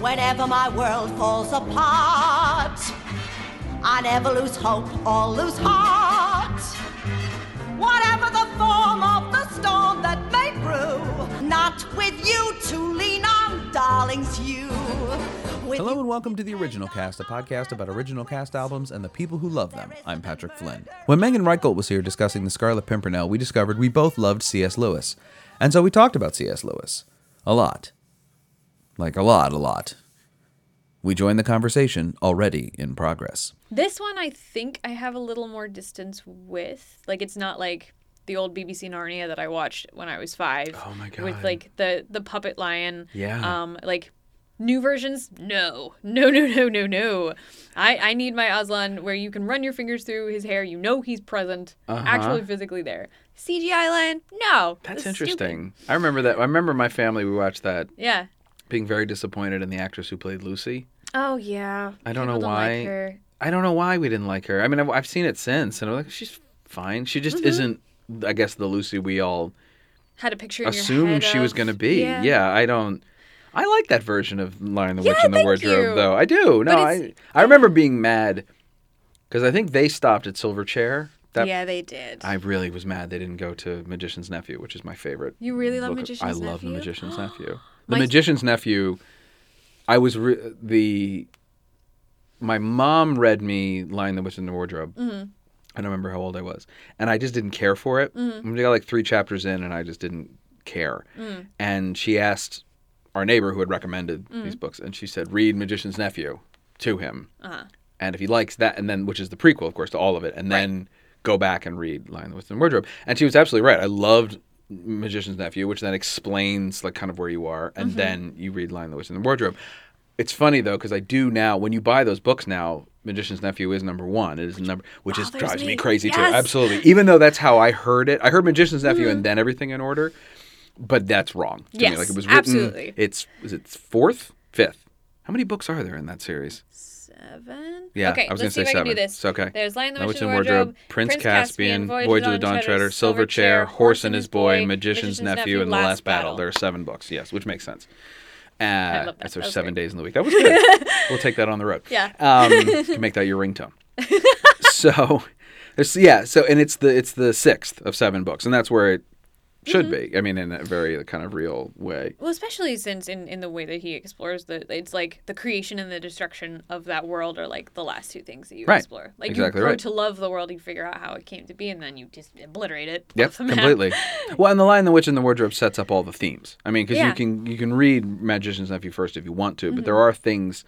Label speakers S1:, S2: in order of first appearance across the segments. S1: whenever my world falls apart. I never lose hope or lose heart. Whatever the form of the storm that may brew, not with you to lean on, darlings, you. With
S2: Hello
S1: you-
S2: and welcome to The Original Cast, a podcast about original cast albums and the people who love them. I'm Patrick Flynn. When Megan Reichelt was here discussing The Scarlet Pimpernel, we discovered we both loved C.S. Lewis. And so we talked about C.S. Lewis. A lot. Like, a lot, a lot. We joined the conversation already in progress.
S3: This one I think I have a little more distance with. Like it's not like the old BBC Narnia that I watched when I was five.
S4: Oh my
S3: With
S4: God.
S3: like the the puppet lion.
S4: Yeah.
S3: Um like new versions? No. No no no no no. I, I need my Aslan where you can run your fingers through his hair, you know he's present. Actually physically there. CGI lion? No.
S4: Uh-huh. That's
S3: this is stupid.
S4: interesting. I remember that. I remember my family. We watched that,
S3: Yeah.
S4: being very disappointed in the actress who played Lucy.
S3: Oh yeah.
S4: I don't know
S3: People
S4: why.
S3: Like her.
S4: I don't know why we didn't like her. I mean, I've, I've seen it since, and I'm like, she's fine. She just
S3: Mm-hmm.
S4: isn't. I guess the Lucy we all
S3: Had a picture in your
S4: assumed
S3: head
S4: she was
S3: of-
S4: going to be. Yeah. I don't. I like that version of Lion the Witch
S3: Yeah,
S4: in the
S3: thank
S4: Wardrobe,
S3: you.
S4: though. I do. No,
S3: But
S4: I
S3: it's-
S4: I remember being mad because I think they stopped at Silverchair. That
S3: Yeah, they did.
S4: I really was mad they didn't go to Magician's Nephew, which is my favorite.
S3: You really love
S4: book.
S3: Magician's
S4: I love The
S3: Nephew?
S4: Magician's Nephew. The
S3: My-
S4: Magician's Nephew. I was re- the. My mom read me *Lion the Witch in the Wardrobe*.
S3: Mm-hmm.
S4: I don't remember how old I was, and I just didn't care for it.
S3: Mm-hmm.
S4: I got like three chapters in, and I just didn't care.
S3: Mm.
S4: And she asked our neighbor who had recommended these books, and she said, "Read *Magician's Nephew* to him,
S3: Uh-huh.
S4: and if he likes that, and then which is the prequel, of course, to all of it, and then go back and read *Lion the Witch in the Wardrobe*." And she was absolutely right. I loved *Magician's Nephew*, which then explains like kind of where you are, and
S3: Mm-hmm.
S4: then you read *Lion the Witch in the Wardrobe*. It's funny though because I do now. When you buy those books now, *Magician's Nephew* is number one. It is number, which is
S3: bothers
S4: drives me,
S3: me.
S4: crazy too.
S3: Yes. Mm-hmm.
S4: Absolutely. Even though that's how I heard it, I heard *Magician's Nephew* and then everything in order, but that's wrong. To me.
S3: Yes,
S4: like it was written.
S3: absolutely.
S4: It's is it fourth, fifth? How many books are there in that series?
S3: Seven.
S4: Yeah,
S3: Okay,
S4: I was
S3: let's
S4: gonna
S3: see
S4: say
S3: if I can do
S4: seven.
S3: this.
S4: It's okay.
S3: There's Lion the
S4: Now
S3: Witch
S4: it's
S3: in
S4: in
S3: the
S4: Wardrobe,
S3: Wardrobe,
S4: Prince Caspian, Voyage of the Dawn Treader, Silver Chair, Horse and His Boy, Magician's Nephew, and The Last Battle. There are seven books. Yes, which makes sense. Uh, I
S3: love that.
S4: That's
S3: That
S4: our
S3: was
S4: seven days in the week. That was good. we'll take that on the road.
S3: Yeah.
S4: Um, you can make that your ringtone. so, there's, yeah. So, and it's the it's the sixth of seven books, and that's where it should be. I mean, in a very kind of real way.
S3: Well, especially since in, in the way that he explores the, it's like the creation and the destruction of that world are like the last two things that you
S4: Right.
S3: explore. Like
S4: Exactly
S3: you grow
S4: right.
S3: to love the world, you figure out how it came to be, and then you just obliterate it.
S4: Yep,
S3: off the map.
S4: completely. Well, and the Lion, the Witch, and the Wardrobe sets up all the themes. I mean, because
S3: Yeah. Mm-hmm.
S4: you can you can read Magician's Nephew first if you want to, but there are things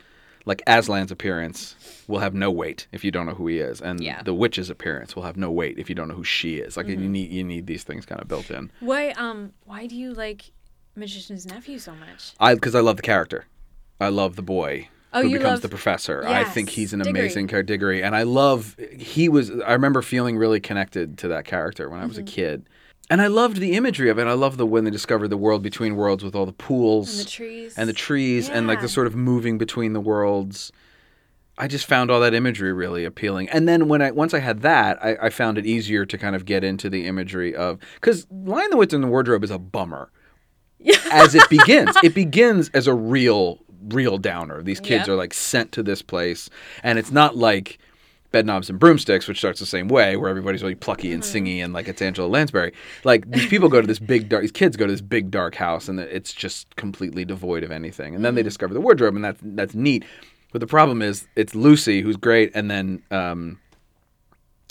S4: like Aslan's appearance will have no weight if you don't know who he is, and
S3: Yeah. Mm-hmm.
S4: the witch's appearance will have no weight if you don't know who she is. Like you need you need these things kind of built in.
S3: Why um why do you like Magician's Nephew so much?
S4: I because I love the character. I love the boy
S3: Oh,
S4: who
S3: you
S4: becomes
S3: love-
S4: the professor. I think
S3: Yes,
S4: he's an
S3: Diggory.
S4: amazing character, Diggory, and I love. He was. I remember feeling really connected to that character when I
S3: Mm-hmm.
S4: was a kid, and I loved the imagery of it. I love the when they discovered the world between worlds with all the pools
S3: And the trees.
S4: and the trees and like
S3: Yeah.
S4: the sort of moving between the worlds. I just found all that imagery really appealing. And then when I once I had that, I, I found it easier to kind of get into the imagery of because Lion the Witch in the Wardrobe is a bummer. as it begins, it begins as a real, real downer. These kids
S3: Yeah.
S4: are like sent to this place, and it's not like Bedknobs and Broomsticks, which starts the same way, where everybody's really plucky and singy, and like it's Angela Lansbury. Like these people go to this big dark, these kids go to this big dark house, and it's just completely devoid of anything. And then they discover the wardrobe, and that's that's neat. But the problem is, it's Lucy who's great, and then um,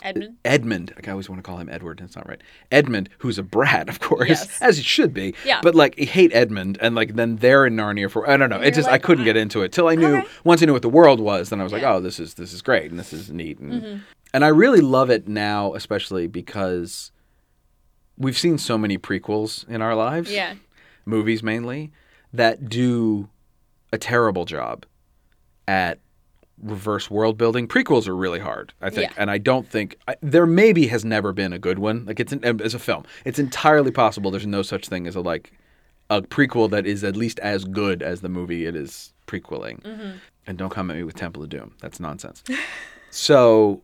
S3: Edmund.
S4: Edmund, like I always want to call him Edward, and it's not right. Edmund, who's a brat, of course,
S3: Yes.
S4: as it should be.
S3: Yeah.
S4: But like, I hate Edmund, and like, then they're in Narnia for I don't know.
S3: And
S4: It
S3: you're
S4: just I
S3: like,
S4: couldn't
S3: "Ah."
S4: get into it till I knew once I knew what the world was. Then I was like,
S3: Yeah. Mm-hmm.
S4: oh, this is this is great, and this is neat, and and I really love it now, especially because we've seen so many prequels in our lives
S3: Yeah.
S4: movies mainly that do a terrible job at reverse world building prequels are really hard i think
S3: Yeah.
S4: and i don't think I, there maybe has never been a good one like it's an, um, as a film it's entirely possible there's no such thing as a like a prequel that is at least as good as the movie it is prequeling and don't come at me with temple of doom that's nonsense so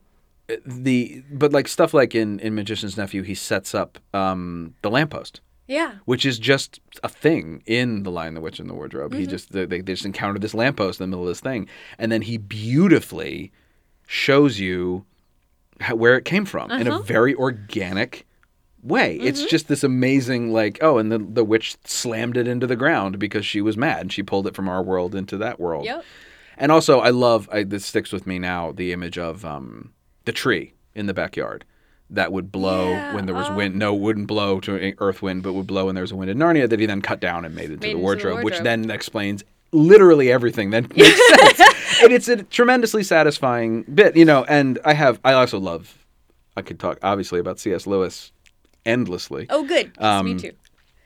S4: eh, the but like stuff like in in magician's nephew he sets up um the lamppost
S3: Yeah.
S4: which is just a thing in the Lion, the Witch, and the Wardrobe. He just they, they just encountered this lamppost in the middle of this thing, and then he beautifully shows you how, where it came from in a very organic way. It's just this amazing like oh, and the the witch slammed it into the ground because she was mad. She pulled it from our world into that world.
S3: Yep.
S4: And also, I love I, this sticks with me now the image of um, the tree in the backyard that would blow
S3: Yeah,
S4: when there was wind. No, wouldn't blow to a- earth wind, but would blow when there was a wind in Narnia that he then cut down and made into,
S3: Made
S4: the,
S3: into the
S4: wardrobe, which
S3: wardrobe.
S4: then explains literally everything that makes sense. And it's a tremendously satisfying bit, you know. And I have I also love I could talk obviously about C.S. Lewis endlessly.
S3: Oh, good. Yes,
S4: Um,
S3: me too.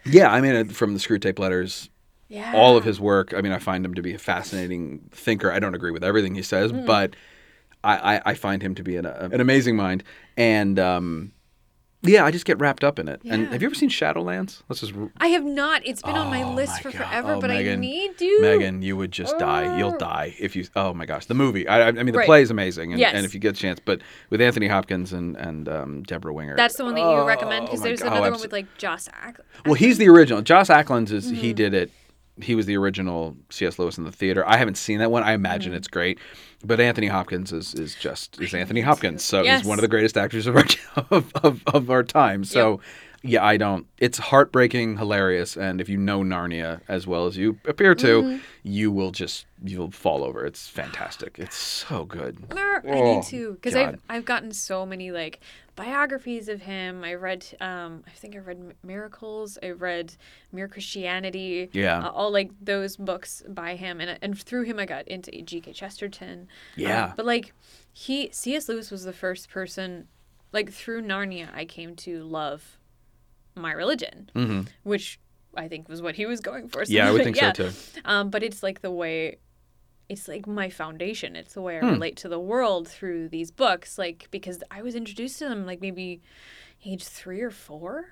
S4: Yeah, I mean uh, from the Screw Tape Letters
S3: Yeah.
S4: all of his work. I mean, I find him to be a fascinating thinker. I don't agree with everything he says,
S3: Mm.
S4: but I, I, I find him to be an, a, an amazing mind. And um, yeah, I just get wrapped up in it. And
S3: Yeah.
S4: have you ever seen Shadowlands? Let's just. r-
S3: I have not. It's been on my
S4: Oh
S3: list for
S4: God.
S3: forever,
S4: Oh,
S3: but I
S4: Megan.
S3: need to.
S4: Megan, you would just die. You'll
S3: Oh.
S4: die if you. Oh my gosh, the movie. I, I I mean, the
S3: Right.
S4: play is amazing, and,
S3: Yes.
S4: and if you get a chance, but with Anthony Hopkins and and um, Deborah Winger,
S3: That's the one that you recommend because
S4: my
S3: there's
S4: God. Oh,
S3: another one
S4: abso-
S3: with like Joss Ack.
S4: Well, he's the original. Joss Ackland is
S3: Mm-hmm.
S4: he did it. He was the original C.S. Lewis in the theater. I haven't seen that one. I
S3: Mm-hmm.
S4: imagine it's great, but Anthony Hopkins is is just is Anthony Hopkins. So
S3: Yes.
S4: he's one of the greatest actors of our of, of, of our time. So yeah, I don't. It's heartbreaking, hilarious, and if you know Narnia as well as you appear to,
S3: Mm-hmm.
S4: you will just you'll fall over. It's fantastic. It's so good.
S3: Mer, I
S4: Oh,
S3: need to because I've
S4: God.
S3: I've gotten so many like biographies of him. I read um I think I read M- Miracles. I read Mere Christianity.
S4: Yeah.
S3: uh, all like those books by him, and and through him I got into G.K. Chesterton. Um,
S4: Yeah.
S3: but like he C.S. Lewis was the first person like through Narnia I came to love my religion, which I think was what he was going for.
S4: Mm-hmm. Yeah, I would
S3: like,
S4: think so too.
S3: um, but it's like the way, it's like my foundation. It's the way
S4: Hmm.
S3: I relate to the world through these books. Like because I was introduced to them like maybe age three or four.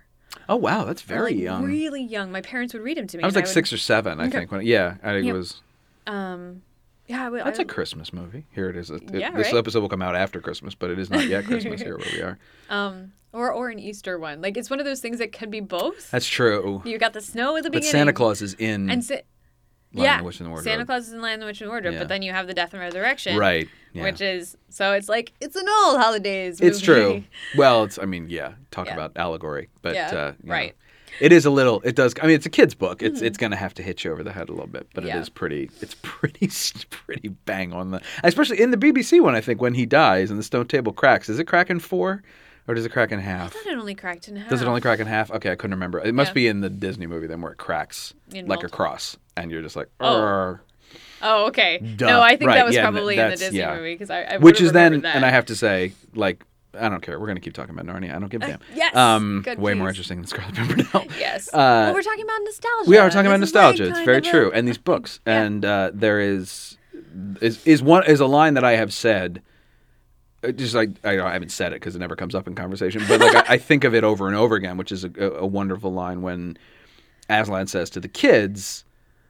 S4: Oh wow, that's
S3: Or,
S4: very
S3: like,
S4: young.
S3: Really young. My parents would read them to me.
S4: I was
S3: and
S4: like
S3: would-
S4: six or seven, I think. When yeah, I think it
S3: Yep.
S4: was.
S3: Um, yeah, I would.
S4: That's
S3: I
S4: a Christmas movie. Here it is. It- it-
S3: Yeah,
S4: this
S3: right?
S4: episode will come out after Christmas, but it is not yet Christmas here where we are.
S3: um, or or an Easter one. Like it's one of those things that could be both.
S4: That's true.
S3: you got the snow at the
S4: But
S3: beginning.
S4: Santa Claus is in
S3: and Sa-
S4: Lion,
S3: yeah,
S4: the Witch, and the
S3: Santa
S4: Wardrobe.
S3: Claus is in Lion the Witch and the Wardrobe,
S4: Yeah.
S3: but then you have the Death and Resurrection,
S4: right. Yeah.
S3: Which is so it's like it's an old holidays.
S4: it's
S3: movie.
S4: true. Well, it's I mean, yeah, talk
S3: Yeah.
S4: about allegory, but
S3: Yeah,
S4: uh, you know,
S3: right. Hmm.
S4: it is a little. It does. I mean, it's a kid's book. It's it's going to have to hit you over the head a little bit, but
S3: Yeah.
S4: it is pretty. It's pretty pretty bang on the. Especially in the BBC one, I think when he dies and the stone table cracks. Is it crack in four, or does it crack in half?
S3: I thought it only cracked in half.
S4: Does it only crack in half? Okay, I couldn't remember. It must
S3: Oh. Yeah.
S4: be in the Disney movie then where it cracks
S3: In
S4: like a
S3: multiple.
S4: cross, and you're just like,
S3: Oh.
S4: "Arr."
S3: Oh, okay.
S4: Duh.
S3: No, I think
S4: Right,
S3: that was
S4: yeah, and
S3: probably in the
S4: that's-
S3: Disney
S4: yeah.
S3: movie because I, I
S4: which
S3: would've
S4: is then,
S3: remembered that.
S4: and I have to say, like, I don't care. We're gonna keep talking about Narnia. I don't give a damn.
S3: Uh, yes,
S4: um,
S3: good,
S4: way more
S3: please.
S4: interesting than Scarlet Pimpernel.
S3: yes.
S4: uh,
S3: well, we're talking about nostalgia.
S4: We are talking about
S3: This is, like,
S4: nostalgia. it's
S3: kind
S4: very
S3: of a-
S4: true. And these books, and uh, there is is is one is a line that I have said. uh, Just like I, I haven't said it because it never comes up in conversation, but like I, I think of it over and over again, which is a, a wonderful line when Aslan says to the kids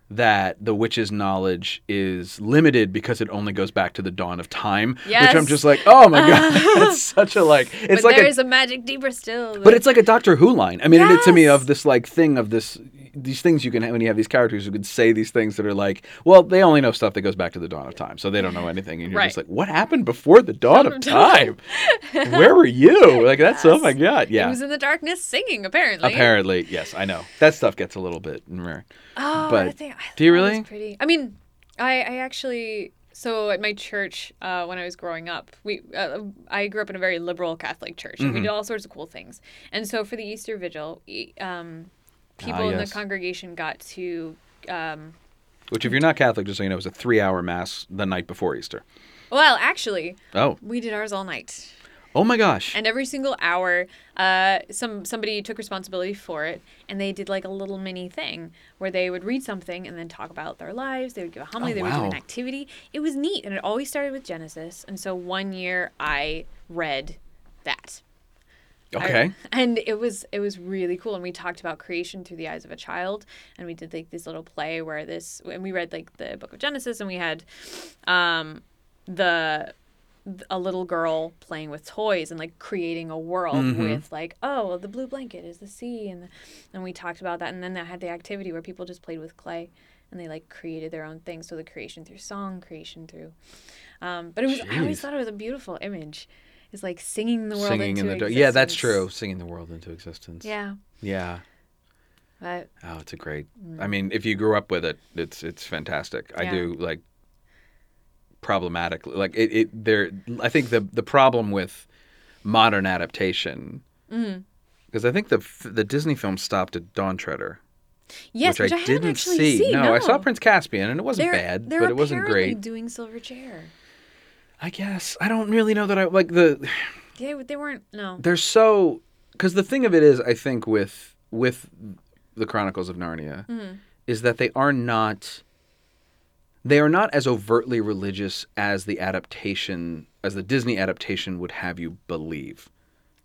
S4: that the witch's knowledge is limited because it only goes back to the dawn of time. Which I'm
S3: Yes.
S4: just like, oh my god, that's such a like. It's
S3: but
S4: like
S3: there
S4: a
S3: is a, magic deeper still.
S4: but it's like a Doctor Who line. I mean, it, to me,
S3: Yes.
S4: of this like thing of this, these things you can have when you have these characters who can say these things that are like, well, they only know stuff that goes back to the dawn of time, so they don't know anything. And you're just
S3: Right.
S4: like, what happened before the dawn of
S3: of
S4: time? Where were you? Like that's oh my god,
S3: It
S4: yeah.
S3: was in the darkness singing, apparently.
S4: Apparently, yes, I know that stuff gets a little bit rare.
S3: Oh,
S4: but-
S3: I think, I
S4: do you
S3: thought it was
S4: really?
S3: Pretty. I mean, I I actually so at my church uh, when I was growing up, we uh, I grew up in a very liberal Catholic church, and we
S4: Mm-hmm.
S3: did all sorts of cool things. And so for the Easter Vigil, e- um, people in
S4: Ah, yes.
S3: the congregation got to. Um,
S4: Which, if you're not Catholic, just so you know, is a three-hour mass the night before Easter.
S3: well, actually,
S4: Oh,
S3: we did ours all night.
S4: oh my gosh.
S3: and every single hour uh, some somebody took responsibility for it and they did like a little mini thing where they would read something and then talk about their lives they would give a homily
S4: Oh,
S3: they would do
S4: wow.
S3: an activity it was neat and it always started with genesis and so one year i read that I-
S4: okay.
S3: and it was it was really cool and we talked about creation through the eyes of a child and we did like this little play where this and we read like the book of genesis and we had um the th- a little girl playing with toys and like creating a world
S4: Mm-hmm.
S3: with like oh well, the blue blanket is the sea and the, and we talked about that and then I had the activity where people just played with clay and they like created their own thing so the creation through song creation through um, but it was I always
S4: Jeez.
S3: thought it was a beautiful image it's like singing the world
S4: Singing
S3: into
S4: in the dark.
S3: existence.
S4: Yeah, that's true. Singing the world into existence.
S3: yeah
S4: Yeah.
S3: but
S4: Oh, it's a great. I mean, if you grew up with it, it's it's fantastic. I
S3: Mm. Yeah.
S4: do like problematically like it, it there I think the the problem with modern adaptation
S3: Mm-hmm.
S4: because I think the f- the Disney film stopped at Dawn Treader,
S3: yes
S4: which, I,
S3: haven't
S4: didn't
S3: actually
S4: see.
S3: seen,
S4: no, I saw
S3: no.
S4: Prince Caspian and it wasn't
S3: they're,
S4: bad,
S3: they're
S4: but it wasn't
S3: apparently
S4: great.
S3: doing silver chair
S4: I guess I don't really know that I like the
S3: they, they weren't no
S4: they're so because the thing of it is i think with with the chronicles of narnia is that they are not they are not as overtly religious as the adaptation as the disney adaptation would have you believe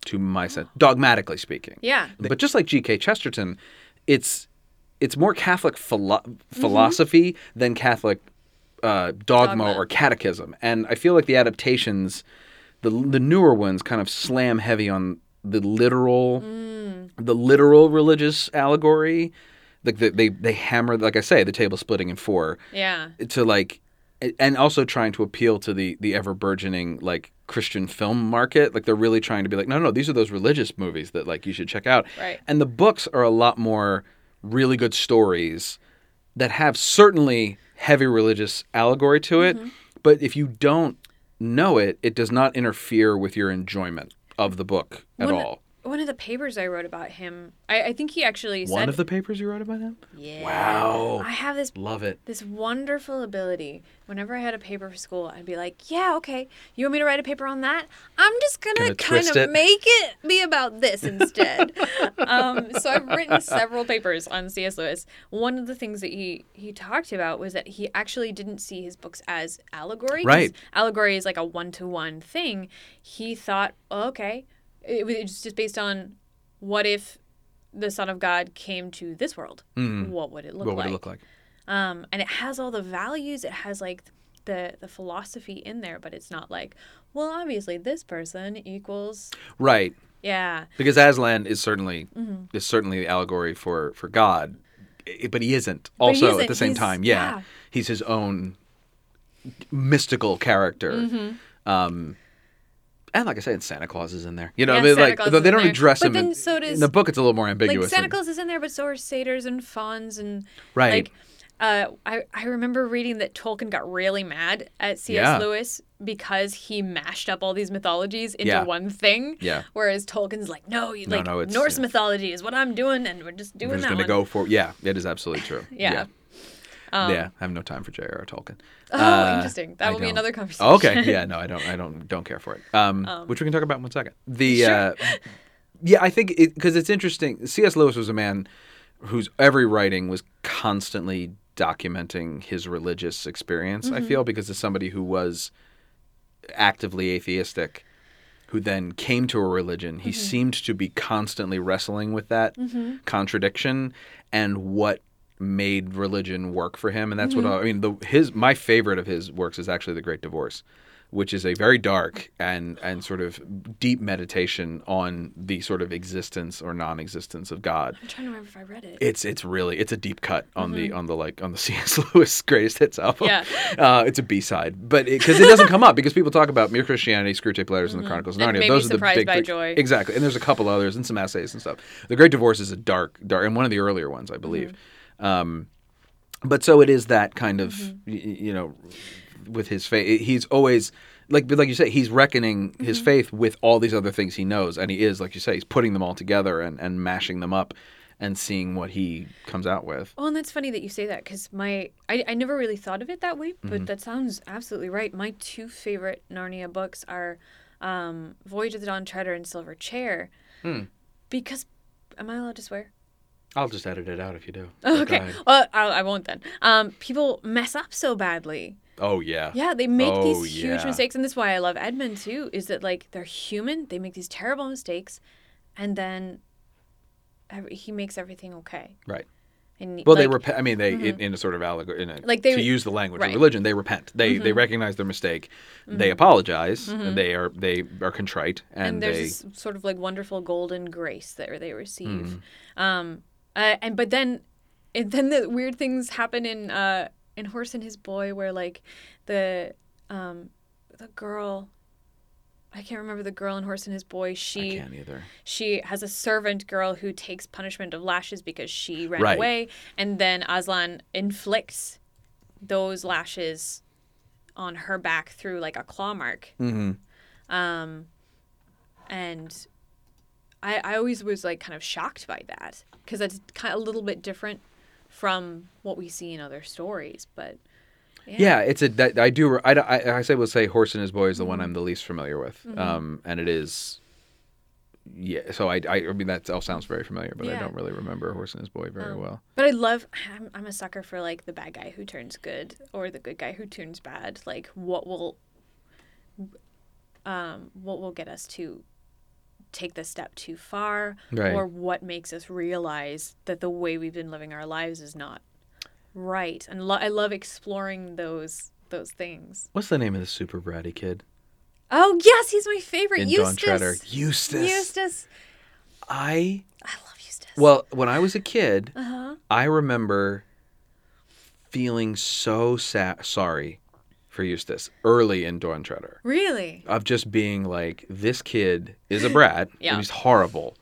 S4: to my sense dogmatically speaking
S3: yeah
S4: but just like G.K. Chesterton, it's it's more Catholic philo- philosophy than Catholic uh, dogma,
S3: Dogma.
S4: or catechism. And I feel like the adaptations, the the newer ones, kind of slam heavy on the literal, the literal religious allegory. Like the, they they hammer, like I say, the table splitting in four
S3: yeah
S4: to like and also trying to appeal to the the ever burgeoning like Christian film market. Like they're really trying to be like, no, no, these are those religious movies that like you should check out.
S3: Right.
S4: And the books are a lot more really good stories that have certainly heavy religious allegory to
S3: Mm-hmm.
S4: it. But if you don't know it, it does not interfere with your enjoyment of the book at
S3: One-
S4: all.
S3: One of the papers I wrote about him, I, I think he actually said,
S4: One of the papers you wrote about him?
S3: yeah,
S4: Wow.
S3: I have this
S4: Oh, Love it.
S3: this wonderful ability. Whenever I had a paper for school, I'd be like, "Yeah, okay, you want me to write a paper on that? I'm just gonna,
S4: Gonna
S3: kind
S4: twist
S3: of
S4: it."
S3: make it be about this instead." um, so I've written several papers on C.S. Lewis. One of the things that he he talked about was that he actually didn't see his books as allegory. 'cause
S4: Right.
S3: Allegory is like a one to one thing. He thought, oh, okay, it was it's just based on what if the Son of God came to this world? What would it look
S4: Mm-hmm. What
S3: like?
S4: would it look like?
S3: um, and it has all the values. It has like the the philosophy in there, but it's not like, well, obviously this person equals
S4: Right.
S3: yeah,
S4: because Aslan is certainly
S3: Mm-hmm.
S4: is certainly the allegory for for God, i- but he isn't.
S3: But he
S4: Also, at
S3: isn't.
S4: the same
S3: He's-
S4: time, yeah,
S3: yeah.
S4: he's his own mystical character.
S3: Mm-hmm.
S4: Um, and like I said, Santa Claus is in there. You know,
S3: Yeah,
S4: I mean,
S3: Santa
S4: like
S3: Claus
S4: though
S3: is
S4: they
S3: in
S4: don't
S3: there.
S4: address
S3: But
S4: him.
S3: then
S4: in,
S3: so does-
S4: in the book. It's a little more
S3: like
S4: ambiguous.
S3: Santa
S4: than-
S3: Claus is in there, but so are satyrs and fauns and
S4: Right.
S3: Like, uh, I I remember reading that Tolkien got really mad at C.S.
S4: Yeah.
S3: Lewis because he mashed up all these mythologies into
S4: Yeah.
S3: one thing.
S4: Yeah.
S3: Whereas Tolkien's like, no, you
S4: No,
S3: like
S4: no, it's-
S3: Norse
S4: yeah.
S3: mythology is what I'm doing, and we're just doing
S4: We're just
S3: that
S4: gonna
S3: one.
S4: go for yeah. It is absolutely true.
S3: Yeah.
S4: yeah.
S3: Um,
S4: Yeah, I have no time for J.R.R. Tolkien. Uh,
S3: Oh, interesting. That
S4: I
S3: will be
S4: don't.
S3: another
S4: Oh, Okay.
S3: conversation.
S4: Yeah. No, I don't. I don't. Don't care for it. Um, which we can talk about in one second. The uh, yeah, I think because it's interesting. C.S. Lewis was a man whose every writing was constantly documenting his religious experience.
S3: Mm-hmm.
S4: I feel because as somebody who was actively atheistic, who then came to a religion, he seemed to be constantly wrestling with that contradiction and what made religion work for him. And that's what I, I mean. The, his my favorite of his works is actually The Great Divorce, which is a very dark and and sort of deep meditation on the sort of existence or non-existence of God.
S3: I'm trying to remember if I read it.
S4: It's it's really it's a deep cut on the on the like on the C.S. Lewis greatest hits album.
S3: Yeah.
S4: uh, it's a B side, but because it, doesn't come up because people talk about Mere Christianity, Screw Tape Letters, and the Chronicles of
S3: And
S4: Narnia.
S3: Maybe
S4: Those are the
S3: Surprised
S4: big
S3: by
S4: three.
S3: Joy.
S4: exactly. And there's a couple others and some essays and stuff. The Great Divorce is a dark dark and one of the earlier ones, I believe.
S3: Mm-hmm.
S4: Um, but so it is that kind of y- y- you know with his faith he's always like but like you say he's reckoning his
S3: Mm-hmm.
S4: faith with all these other things he knows and he is like you say he's putting them all together and, and mashing them up and seeing what he comes out with
S3: Well, and that's funny that you say that because my I, I never really thought of it that way,
S4: Mm-hmm.
S3: but that sounds absolutely right. My two favorite Narnia books are um, Voyage of the Dawn Treader and Silver Chair,
S4: Hmm.
S3: because am I allowed to swear?
S4: i'll just edit it out if you do
S3: Okay, well I, I won't then. Um, people mess up so badly.
S4: oh yeah
S3: Yeah, they make
S4: Oh,
S3: these huge
S4: yeah.
S3: mistakes, and this is why I love Edmund too. Is that like they're human? They make these terrible mistakes, and then ev- he makes everything okay.
S4: right
S3: And
S4: Well, they
S3: like, Mm-hmm.
S4: repent. I mean, they in, in a sort of allegory, in a,
S3: Like, they-
S4: to use the language
S3: right. Mm-hmm.
S4: of religion, they repent. They they recognize their mistake. They apologize. And they are they are contrite, and,
S3: and there's
S4: they
S3: this sort of like wonderful golden grace that they receive.
S4: Mm.
S3: Um, uh, and but then, and then the weird things happen in uh, in Horse and His Boy, where like the um, the girl, I can't remember the girl in Horse and His Boy. She
S4: can't either.
S3: she has a servant girl who takes punishment of lashes because she ran
S4: Right.
S3: away, and then Aslan inflicts those lashes on her back through like a claw mark. Mm-hmm. Um, and I I always was like kind of shocked by that because that's kind of a little bit different from what we see in other stories, but
S4: Yeah, it's a. That, I do. I, I, I say will say horse and his boy is the one
S3: Mm-hmm.
S4: I'm the least familiar with. Um, and it is. Yeah, so I, I, I mean that all sounds very familiar, but I
S3: Yeah. Oh.
S4: don't really remember horse and his boy very well.
S3: But I love. I'm, I'm a sucker for like the bad guy who turns good or the good guy who turns bad. Like what will, um, what will get us to take the step too far,
S4: Right.
S3: or what makes us realize that the way we've been living our lives is not right. And lo- I love exploring those those things.
S4: What's the name of the super bratty kid
S3: Oh yes, he's my favorite.
S4: in Dawn
S3: Eustace.
S4: Treader? Eustace.
S3: Eustace.
S4: I
S3: I love Eustace.
S4: Well, when I was a kid, I remember feeling so sa- sorry for Eustace early in Dawn Treader
S3: really.
S4: of just being like, this kid is a brat
S3: Yeah.
S4: and he's horrible,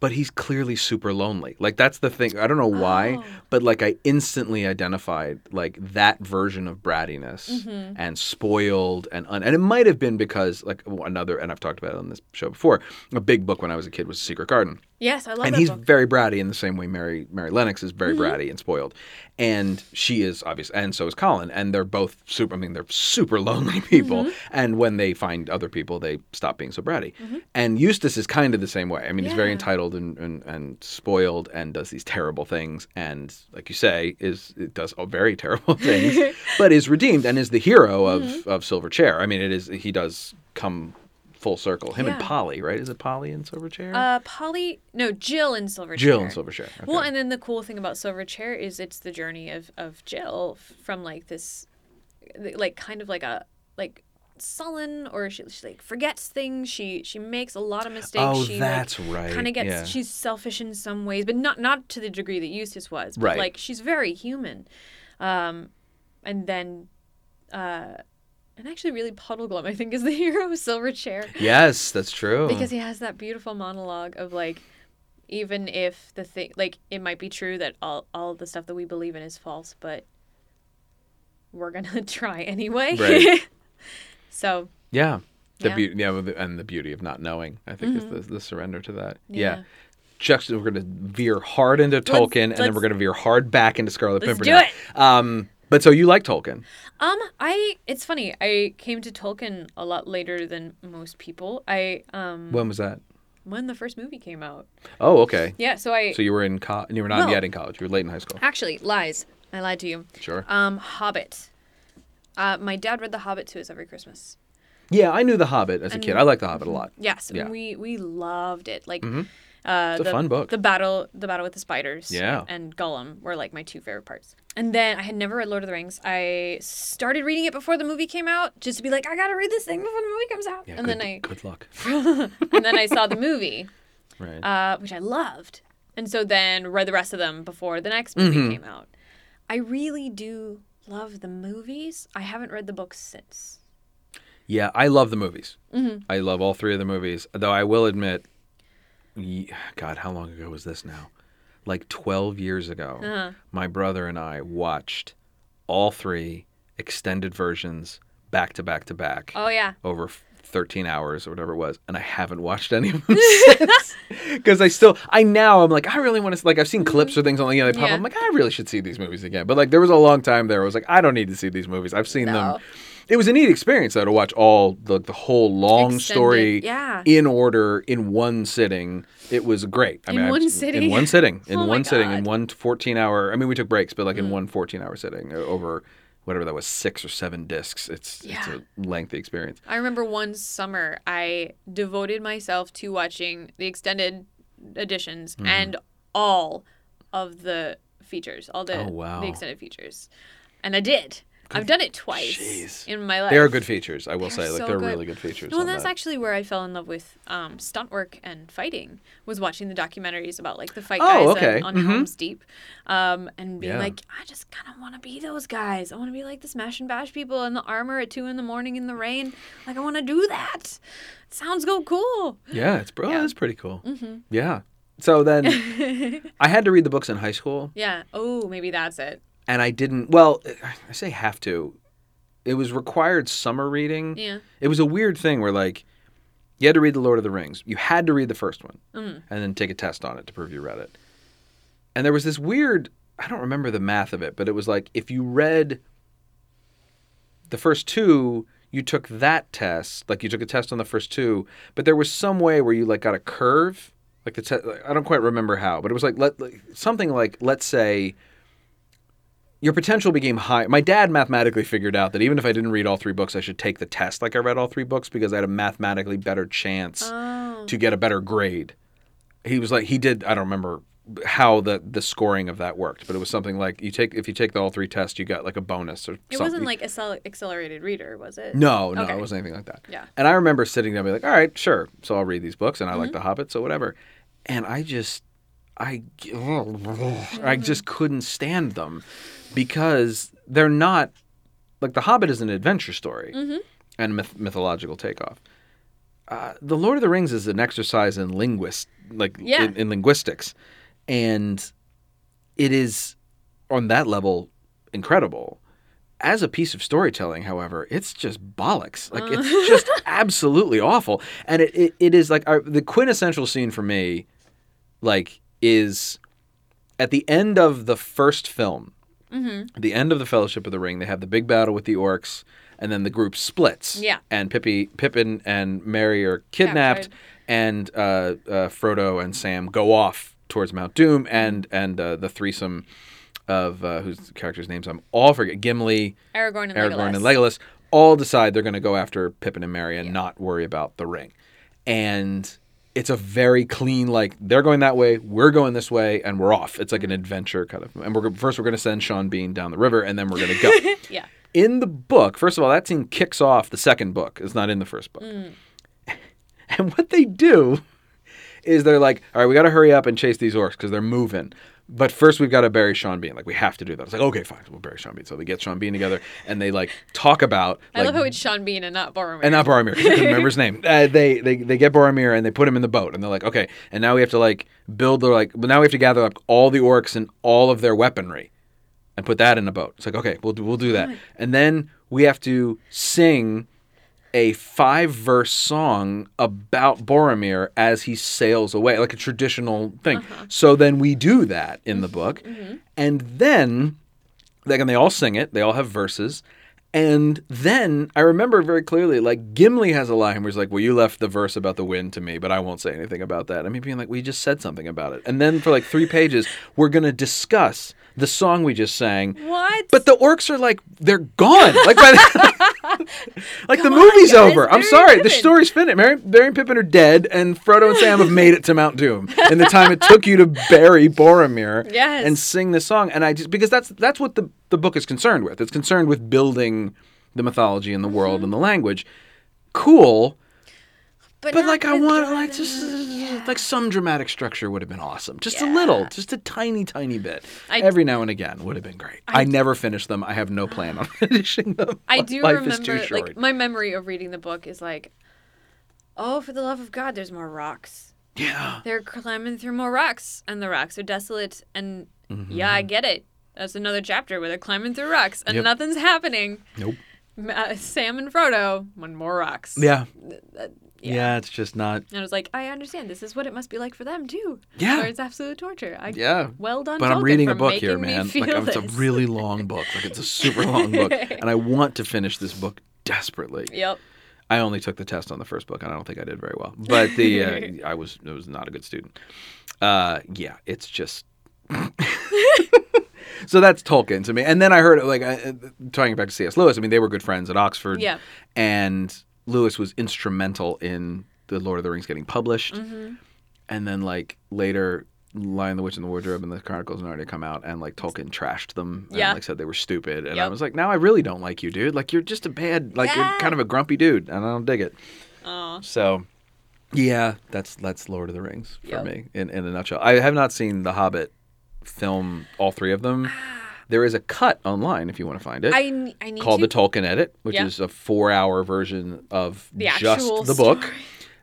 S4: but he's clearly super lonely. Like that's the thing. I don't know why, but like I instantly identified like that version of brattiness and spoiled and un- and it might have been because like another and I've talked about it on this show before. A big book when I was a kid was Secret Garden
S3: Yes, I love
S4: and
S3: that
S4: he's
S3: book. Mm-hmm.
S4: very bratty in the same way Mary Mary Lennox is very bratty and spoiled, and she is obvious, and so is Colin, and they're both super. I mean, they're super lonely people,
S3: Mm-hmm.
S4: and when they find other people, they stop being so bratty. And Eustace is kind of the same way. I mean, he's very
S3: Mm-hmm. Yeah.
S4: entitled and, and and spoiled, and does these terrible things, and like you say, is it does all very terrible things, but is redeemed and is the hero of
S3: Mm-hmm.
S4: of Silver Chair. I mean, it is he does come. Full circle. Him and
S3: Yeah.
S4: Polly, right? Is it Polly and Silver Chair?
S3: Uh, Polly, no, Jill in Silverchair.
S4: Jill and Silverchair.
S3: Well,
S4: okay.
S3: and then the cool thing about Silverchair is it's the journey of of Jill f- from like this, like kind of like a like sullen or she, she like forgets things. She she makes a lot of mistakes.
S4: Oh,
S3: she,
S4: that's right,
S3: Kind of gets
S4: yeah.
S3: she's selfish in some ways, but not not to the degree that Eustace was. But
S4: Right.
S3: Like she's very human, um, and then. Uh, and actually, really, Puddleglum I think is the hero of Silverchair
S4: Yes, that's true.
S3: because he has that beautiful monologue of like even if the thing like it might be true that all all the stuff that we believe in is false but we're gonna try anyway
S4: Right.
S3: so
S4: yeah, the
S3: Yeah. Mm-hmm.
S4: beauty, yeah, with the- and the beauty of not knowing, I think, is the, the surrender to that. Yeah.
S3: Yeah.
S4: Just we're going to veer hard into Tolkien, and then
S3: let's-
S4: we're going to veer hard back into Scarlet
S3: Let's do
S4: Pimpernel. Um, but so you like Tolkien?
S3: um i it's funny i came to tolkien a lot later than most people i um
S4: When was that?
S3: when the first movie came out
S4: Oh, okay.
S3: yeah so i
S4: So you were in college. You were not
S3: Well-
S4: yet in college. You were late in high school.
S3: actually lies i lied to you
S4: Sure.
S3: um hobbit uh, my dad read The Hobbit to us every Christmas.
S4: yeah, I knew The Hobbit as a kid. I liked The
S3: Mm-hmm.
S4: Hobbit a lot.
S3: Yes,
S4: Yeah. Mm-hmm.
S3: we we loved it. Like, uh,
S4: It's a
S3: the,
S4: fun book.
S3: The battle, the battle with the spiders,
S4: Yeah.
S3: and Gollum were like my two favorite parts. And then I had never read Lord of the Rings. I started reading it before the movie came out, just to be like, I gotta read this thing before the movie comes out.
S4: Yeah,
S3: and
S4: good,
S3: then I
S4: good luck.
S3: and then I saw the movie,
S4: Right.
S3: uh, which I loved, and so then read the rest of them before the next movie
S4: Mm-hmm.
S3: came out. I really do love the movies. I haven't read the books since.
S4: Yeah, I love the movies. I love all three of the movies. Though I will admit, ye- God, how long ago was this now? Like 12 years ago, my brother and I watched all three extended versions back to back to back
S3: Oh yeah,
S4: over f- 13 hours or whatever it was, and I haven't watched any of them since. Because I still, I now, I'm like, I really want to, like, I've seen clips or things on, you know, they pop up.
S3: Mm-hmm. Yeah.
S4: I'm like, I really should see these movies again. But, like, there was a long time there, I was like, I don't need to see these movies. I've seen them.
S3: No.
S4: It was a neat experience, though, to watch all, the, the whole long
S3: Extended,
S4: story
S3: yeah.
S4: in order, in one sitting. It was great. I
S3: In
S4: I
S3: one
S4: was- In
S3: sitting?
S4: one sitting. In
S3: Oh
S4: one
S3: my
S4: sitting. In one
S3: God. Mm-hmm.
S4: 14 hour, I mean, we took breaks, but, like, in one 14 hour sitting uh, over. Whatever that was, six or seven discs. It's it's
S3: Yeah.
S4: a lengthy experience.
S3: I remember one summer I devoted myself to
S4: Mm-hmm.
S3: watching the extended editions and all of the features, all the
S4: Oh, wow.
S3: the extended features, and I did. I've done it twice
S4: Jeez.
S3: in my life.
S4: They are good features, I will
S3: They're
S4: say. Like
S3: so
S4: they're really good features.
S3: Well,
S4: on
S3: that's
S4: that.
S3: actually where I fell in love with um, stunt work and fighting. Was watching the documentaries about like the fight
S4: Oh,
S3: guys
S4: okay.
S3: on, on
S4: Mhm.
S3: Helm's Deep, um, and being
S4: Yeah.
S3: like, I just kind of want to be those guys. I want to be like the smash and bash people in the armor at two in the morning in the rain. Like I want to do that. Sounds go cool.
S4: Yeah, it's bro. That's pretty cool. Yeah. So then, I had to read the books in high school,
S3: Yeah. Oh, maybe that's it.
S4: and I didn't. Well, I say have to. It was required summer reading.
S3: Yeah.
S4: It was a weird thing where like you had to read the Lord of the Rings. You had to read the first one, and then take a test on it to prove you read it. And there was this weird. I don't remember the math of it, but it was like if you read the first two you took that test like you took a test on the first two but there was some way where you like got a curve like the te- like, i don't quite remember how but it was like let like, something like let's say your potential became high my dad mathematically figured out that even if i didn't read all three books i should take the test like i read all three books because i had a mathematically better chance
S3: Oh. Mm.
S4: to get a better grade he was like he did i don't remember how the the scoring of that worked but it was something like you take if you take the all three tests you got like a bonus or
S3: It
S4: something
S3: wasn't like accel- accelerated reader, was it?
S4: no, no,
S3: Okay.
S4: it wasn't anything like that.
S3: Yeah.
S4: And I remember sitting down and be like, all right, sure. So I'll read these books and I
S3: Mm-hmm.
S4: like The Hobbit, so whatever. And I just, I,
S3: Mm-hmm.
S4: I just couldn't stand them because they're not, like, The Hobbit is an adventure story
S3: Mm-hmm.
S4: and a myth- mythological takeoff. Uh, the Lord of the Rings is an exercise in linguist, like,
S3: Yeah.
S4: in, in linguistics. And it is on that level incredible. As a piece of storytelling, however, it's just bollocks. Like it's just absolutely awful, and it it, it is like uh, the quintessential scene for me, like is at the end of the first film,
S3: Mm-hmm.
S4: the end of the Fellowship of the Ring. They have the big battle with the orcs, and then the group splits.
S3: Yeah.
S4: and Pippi, Pippin, and Mary are kidnapped,
S3: Captured.
S4: and uh, uh, Frodo and Sam go off towards Mount Doom, and and uh, the threesome of uh, whose characters' names I'm all forget Gimli,
S3: Aragorn and
S4: Aragorn,
S3: Legolas.
S4: and Legolas all decide they're going to go after Pippin and Mary and not worry about the ring, and it's a very clean like they're going that way, we're going this way, and we're off. It's like an adventure kind of, and we're go- first we're going to send Sean Bean down the river, and then we're going to go.
S3: Yeah.
S4: in the book, first of all, that scene kicks off the second book. It's not in the first book.
S3: Mm.
S4: And what they do is they're like, all right, we got to hurry up and chase these orcs because they're moving. But first, we've got to bury Sean Bean. Like, we have to do that. It's like, okay, fine, we'll bury Sean Bean. So they get Sean Bean together and they like talk about.
S3: I
S4: like,
S3: love how it's Sean Bean and not Boromir.
S4: and not Boromir. 'cause I couldn't remember his name. Uh, they, they they get Boromir and they put him in the boat and they're like, okay, and now we have to like build their like, but now we have to gather up all the orcs and all of their weaponry, and put that in a boat. It's like, okay, we'll do, we'll do that, and then we have to sing a five verse song about Boromir as he sails away, like a traditional thing. So then we do that in the book, and then like and they all sing it they all have verses and then i remember very clearly like gimli has a line where he's like well you left the verse about the wind to me but i won't say anything about that i mean being like we just said something about it and then for like three pages we're going to discuss the song we just sang
S3: What?
S4: but the orcs are like they're gone like by the like the
S3: Come on,
S4: movie's
S3: guys,
S4: over i'm
S3: Merry
S4: sorry the
S3: Pippin.
S4: story's finished mary, mary and pippin are dead and frodo and sam have made it to mount doom in the time it took you to bury boromir
S3: Yes.
S4: and sing this song and i just because that's that's what the the book is concerned with it's concerned with building the mythology and the world and the language cool but
S3: not
S4: like i
S3: with
S4: want
S3: Jordan.
S4: like just like some dramatic structure would have been awesome just a
S3: Yeah.
S4: little just a tiny tiny bit
S3: I-
S4: every now and again would have been great i, never finished them i have no plan on finishing them
S3: I do
S4: life
S3: remember,
S4: is too short
S3: like, my memory of reading the book is like, oh, for the love of God, there's more rocks.
S4: yeah
S3: They're climbing through more rocks, and the rocks are desolate. And
S4: Mm-hmm.
S3: yeah, I get it. That's another chapter where they're climbing through rocks and
S4: Yep.
S3: nothing's happening.
S4: nope
S3: M- Uh, Sam and Frodo, one more rocks.
S4: yeah
S3: yeah.
S4: yeah, it's just not
S3: And I was like, I understand. This is what it must be like for them too.
S4: Yeah.
S3: Where it's absolute torture. I,
S4: Yeah.
S3: Well done.
S4: but I'm
S3: Tolkien,
S4: reading a
S3: for
S4: book here,
S3: making me
S4: man. Like
S3: feel
S4: it's a
S3: this.
S4: really long book. Like it's a super long book, and I want to finish this book desperately.
S3: Yep.
S4: I only took the test on the first book, and I don't think I did very well. But the uh, I was I was not a good student. Uh, yeah, it's just. so that's Tolkien to me. And then I heard like I, uh, tying it back to C.S. Lewis. I mean, they were good friends at Oxford.
S3: Yeah.
S4: And Lewis was
S3: Mm-hmm.
S4: instrumental in the Lord of the Rings getting published. And then like later, Lion, the Witch, and the Wardrobe and the Chronicles had already come out, and like Tolkien trashed them and
S3: Yeah.
S4: like said they were stupid. And I
S3: Yep.
S4: was like, now I really don't like you, dude. Like you're just a bad, like you're
S3: Yeah.
S4: kind of a grumpy dude, and I don't dig it. So, yeah, that's that's Lord of the Rings for
S3: Yep.
S4: me in in a nutshell. I have not seen the Hobbit film, all three of them. There is a cut online if you want to find it.
S3: Ah. I n- I need
S4: called
S3: to-
S4: the Tolkien edit, which
S3: Yeah.
S4: is a four-hour version of
S3: The
S4: just
S3: actual
S4: the book,
S3: story.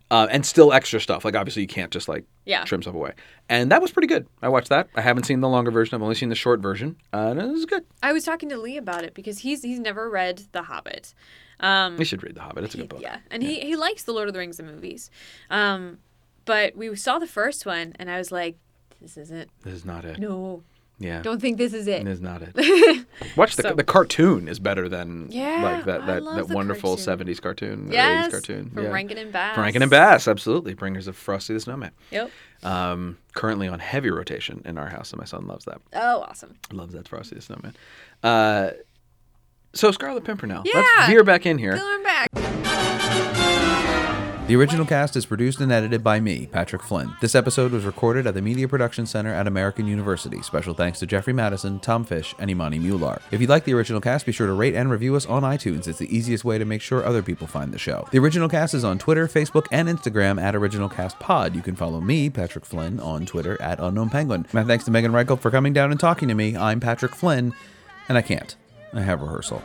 S4: uh, and still extra stuff. Like obviously you can't just like
S3: Yeah.
S4: trim stuff away. And that was pretty good. I watched that. I haven't seen the longer version. I've only seen the short version, and it was good.
S3: I was talking to Lee about it because he's he's never read The Hobbit. Um,
S4: You should read The Hobbit. It's a good book.
S3: Yeah, and he he likes the Lord of the Rings the movies, um, but we saw the first one and I was like, this isn't
S4: This is not it.
S3: no,
S4: yeah,
S3: don't think this is it.
S4: It is not it. Watch the
S3: So-
S4: the cartoon is better than
S3: Yeah,
S4: like that
S3: I
S4: that,
S3: love
S4: that
S3: the
S4: wonderful
S3: cartoon.
S4: seventies cartoon or
S3: yes,
S4: eighties cartoon
S3: from
S4: yeah.
S3: Rankin and Bass.
S4: From Rankin and Bass, absolutely. Bringers of Frosty the Snowman.
S3: Yep.
S4: Um, currently on heavy rotation in our house, and my son loves that.
S3: Oh, awesome.
S4: Loves that Frosty the Snowman. Uh, so Scarlet Pimpernel. Let's
S3: Yeah.
S4: veer back in here.
S3: Going back.
S2: The original cast is produced and edited by me, Patrick Flynn. This episode was recorded at the Media Production Center at American University. Special thanks to Jeffrey Madison, Tom Fish, and Imani Mular. If you like the original cast, be sure to rate and review us on iTunes. It's the easiest way to make sure other people find the show. The original cast is on Twitter, Facebook, and Instagram at Original Cast Pod. You can follow me, Patrick Flynn, on Twitter at Unknown Penguin. My thanks to Megan Reichel for coming down and talking to me. I'm Patrick Flynn, and I can't. I have rehearsal.